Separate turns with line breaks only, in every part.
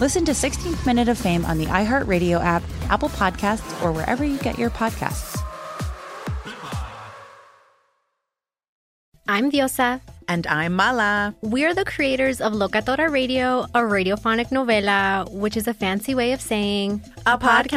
Listen to 16th Minute of Fame on the iHeartRadio app, Apple Podcasts, or wherever you get your podcasts.
I'm Diosa.
And I'm Mala.
We are the creators of Locatora Radio, a radiophonic novela, which is a fancy way of saying uh,
a, a podcast.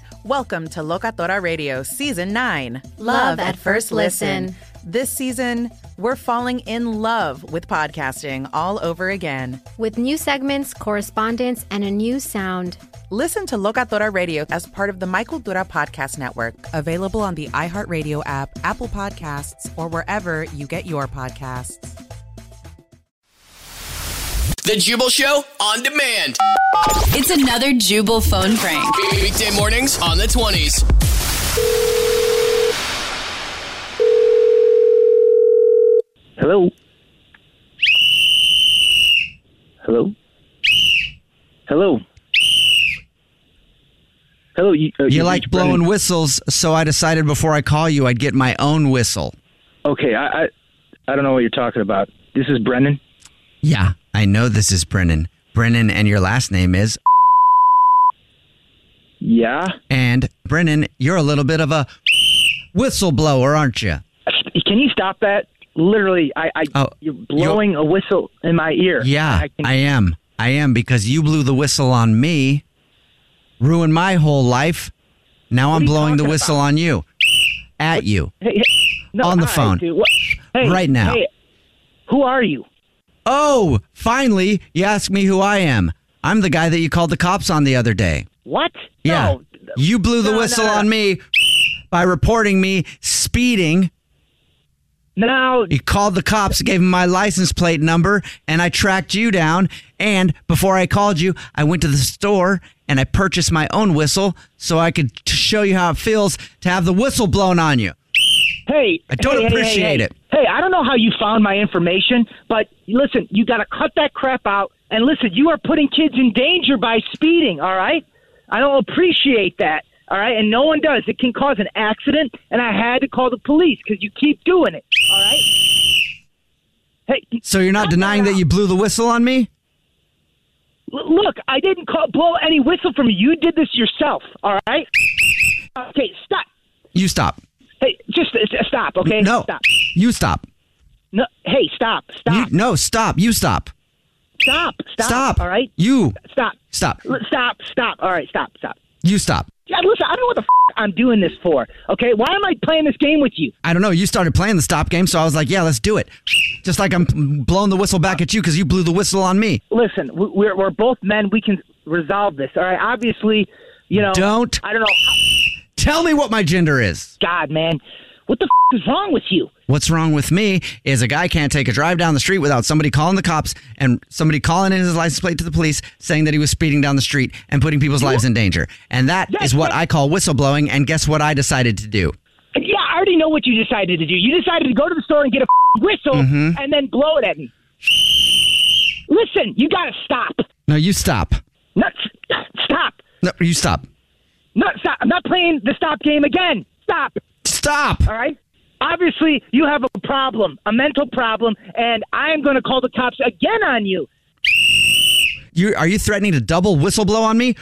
podcast. Welcome to Locatora Radio Season 9
Love, love at, at First listen. listen.
This season, we're falling in love with podcasting all over again.
With new segments, correspondence, and a new sound.
Listen to Locatora Radio as part of the Michael Dura Podcast Network, available on the iHeartRadio app, Apple Podcasts, or wherever you get your podcasts.
The Jubal Show on demand.
It's another Jubal phone prank.
Weekday mornings on the 20s.
Hello. Hello. Hello. Hello. You,
uh, you, you like blowing Brennan. whistles, so I decided before I call you, I'd get my own whistle.
Okay, I, I, I don't know what you're talking about. This is Brennan.
Yeah, I know this is Brennan. Brennan, and your last name is.
Yeah.
And Brennan, you're a little bit of a whistleblower, aren't you?
Can you stop that? Literally, I, I oh, you're blowing you're, a whistle in my ear.
Yeah, I, can, I am. I am because you blew the whistle on me ruined my whole life. Now I'm blowing the whistle about? on you, at what? you, hey, hey. No, on the right, phone, hey, right now.
who are you?
Oh, finally, you ask me who I am. I'm the guy that you called the cops on the other day.
What?
Yeah. No. You blew the no, whistle on me by reporting me speeding.
No.
You called the cops, gave them my license plate number, and I tracked you down. And before I called you, I went to the store and I purchased my own whistle so I could t- show you how it feels to have the whistle blown on you.
Hey,
I don't
hey,
appreciate
hey, hey,
it.
Hey, I don't know how you found my information, but listen, you got to cut that crap out. And listen, you are putting kids in danger by speeding, all right? I don't appreciate that, all right? And no one does. It can cause an accident, and I had to call the police because you keep doing it, all right?
Hey, so you're not denying that, that you blew the whistle on me?
Look, I didn't call, blow any whistle from you. You did this yourself, all right? Okay, stop.
You stop.
Hey, just uh, stop, okay?
No.
Stop.
You stop.
No, hey, stop. Stop.
You, no, stop. You stop.
Stop. Stop.
Stop.
All right?
You.
Stop.
Stop.
Stop. Stop. All right, stop. Stop.
You stop.
Yeah, listen, I don't know what the f- I'm doing this for, okay? Why am I playing this game with you?
I don't know. You started playing the stop game, so I was like, yeah, let's do it just like I'm blowing the whistle back at you because you blew the whistle on me.
Listen, we're we're both men. We can resolve this. All right. Obviously, you know.
Don't.
I don't know.
Tell me what my gender is.
God, man, what the f- is wrong with you?
What's wrong with me is a guy can't take a drive down the street without somebody calling the cops and somebody calling in his license plate to the police saying that he was speeding down the street and putting people's lives in danger. And that yes, is what yes. I call whistleblowing. And guess what I decided to do?
Yeah, I already know what you decided to do. You decided to go to the store and get a whistle mm-hmm. and then blow it at me. Listen, you gotta stop.
No, you stop.
No, stop.
No, you stop.
No, stop. I'm not playing the stop game again. Stop.
Stop.
All right. Obviously, you have a problem, a mental problem, and I am going to call the cops again on you.
You are you threatening to double whistleblow on me?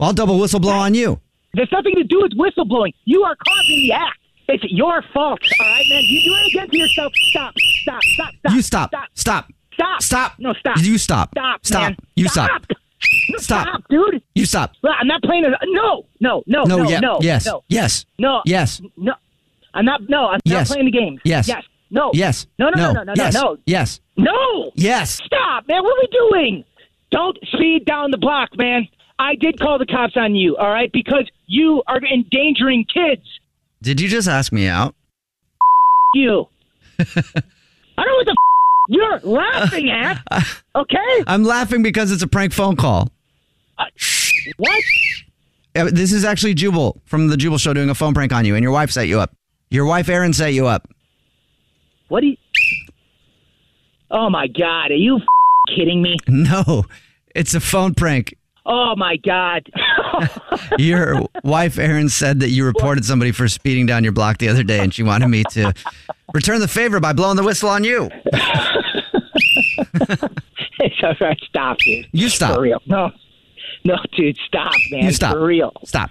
I'll double whistleblow on you.
There's nothing to do with whistleblowing. You are causing the act. It's your fault. All right, man. You do it again to yourself. Stop. Stop. Stop. stop
you stop.
Stop.
Stop.
Stop.
Stop.
No, stop.
You stop.
Stop.
Stop.
Man.
You stop.
stop.
Stop.
dude.
You stop.
Well, I'm not playing. A, no, no, no, no,
No,
no,
yeah,
no,
yes,
no,
yes,
no,
yes.
no. I'm not. No, I'm
Yes.
not playing the game.
Yes.
yes, no,
Yes.
no, no, no, no, no,
yes.
no,
Yes.
no.
Yes.
Stop, man. What are we doing? Don't speed down the block, man. I did call the cops on you, all right, because you are endangering kids.
Did you just ask me out?
You. I don't know what the f- you're laughing at. Okay?
I'm laughing because it's a prank phone call.
What?
Uh, This is actually Jubal from the Jubal Show doing a phone prank on you, and your wife set you up. Your wife Erin set you up.
What do you. Oh, my God. Are you f- kidding me?
No, it's a phone prank.
Oh, my God.
Your wife Erin said that you reported somebody for speeding down your block the other day, and she wanted me to return the favor by blowing the whistle on you.
it's all right. Stop, dude.
You stop.
For real. No. No, dude. Stop, man.
You stop.
For real.
Stop.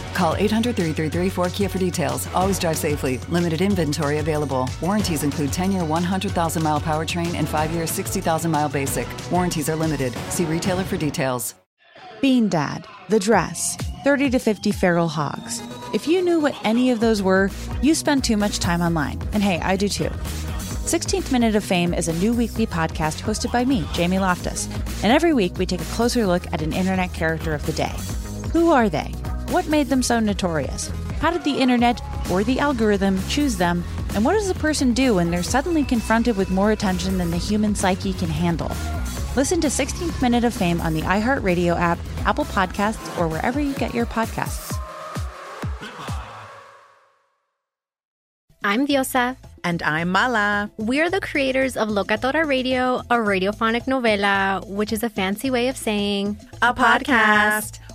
Call 800 333 kia for details. Always drive safely. Limited inventory available. Warranties include 10 year 100,000 mile powertrain and 5 year 60,000 mile basic. Warranties are limited. See retailer for details.
Bean Dad, The Dress, 30 to 50 Feral Hogs. If you knew what any of those were, you spend too much time online. And hey, I do too. 16th Minute of Fame is a new weekly podcast hosted by me, Jamie Loftus. And every week we take a closer look at an internet character of the day. Who are they? What made them so notorious? How did the internet or the algorithm choose them? And what does a person do when they're suddenly confronted with more attention than the human psyche can handle? Listen to 16th Minute of Fame on the iHeartRadio app, Apple Podcasts, or wherever you get your podcasts.
I'm Diosa.
And I'm Mala.
We are the creators of Locatora Radio, a radiophonic novela, which is a fancy way of saying
a podcast.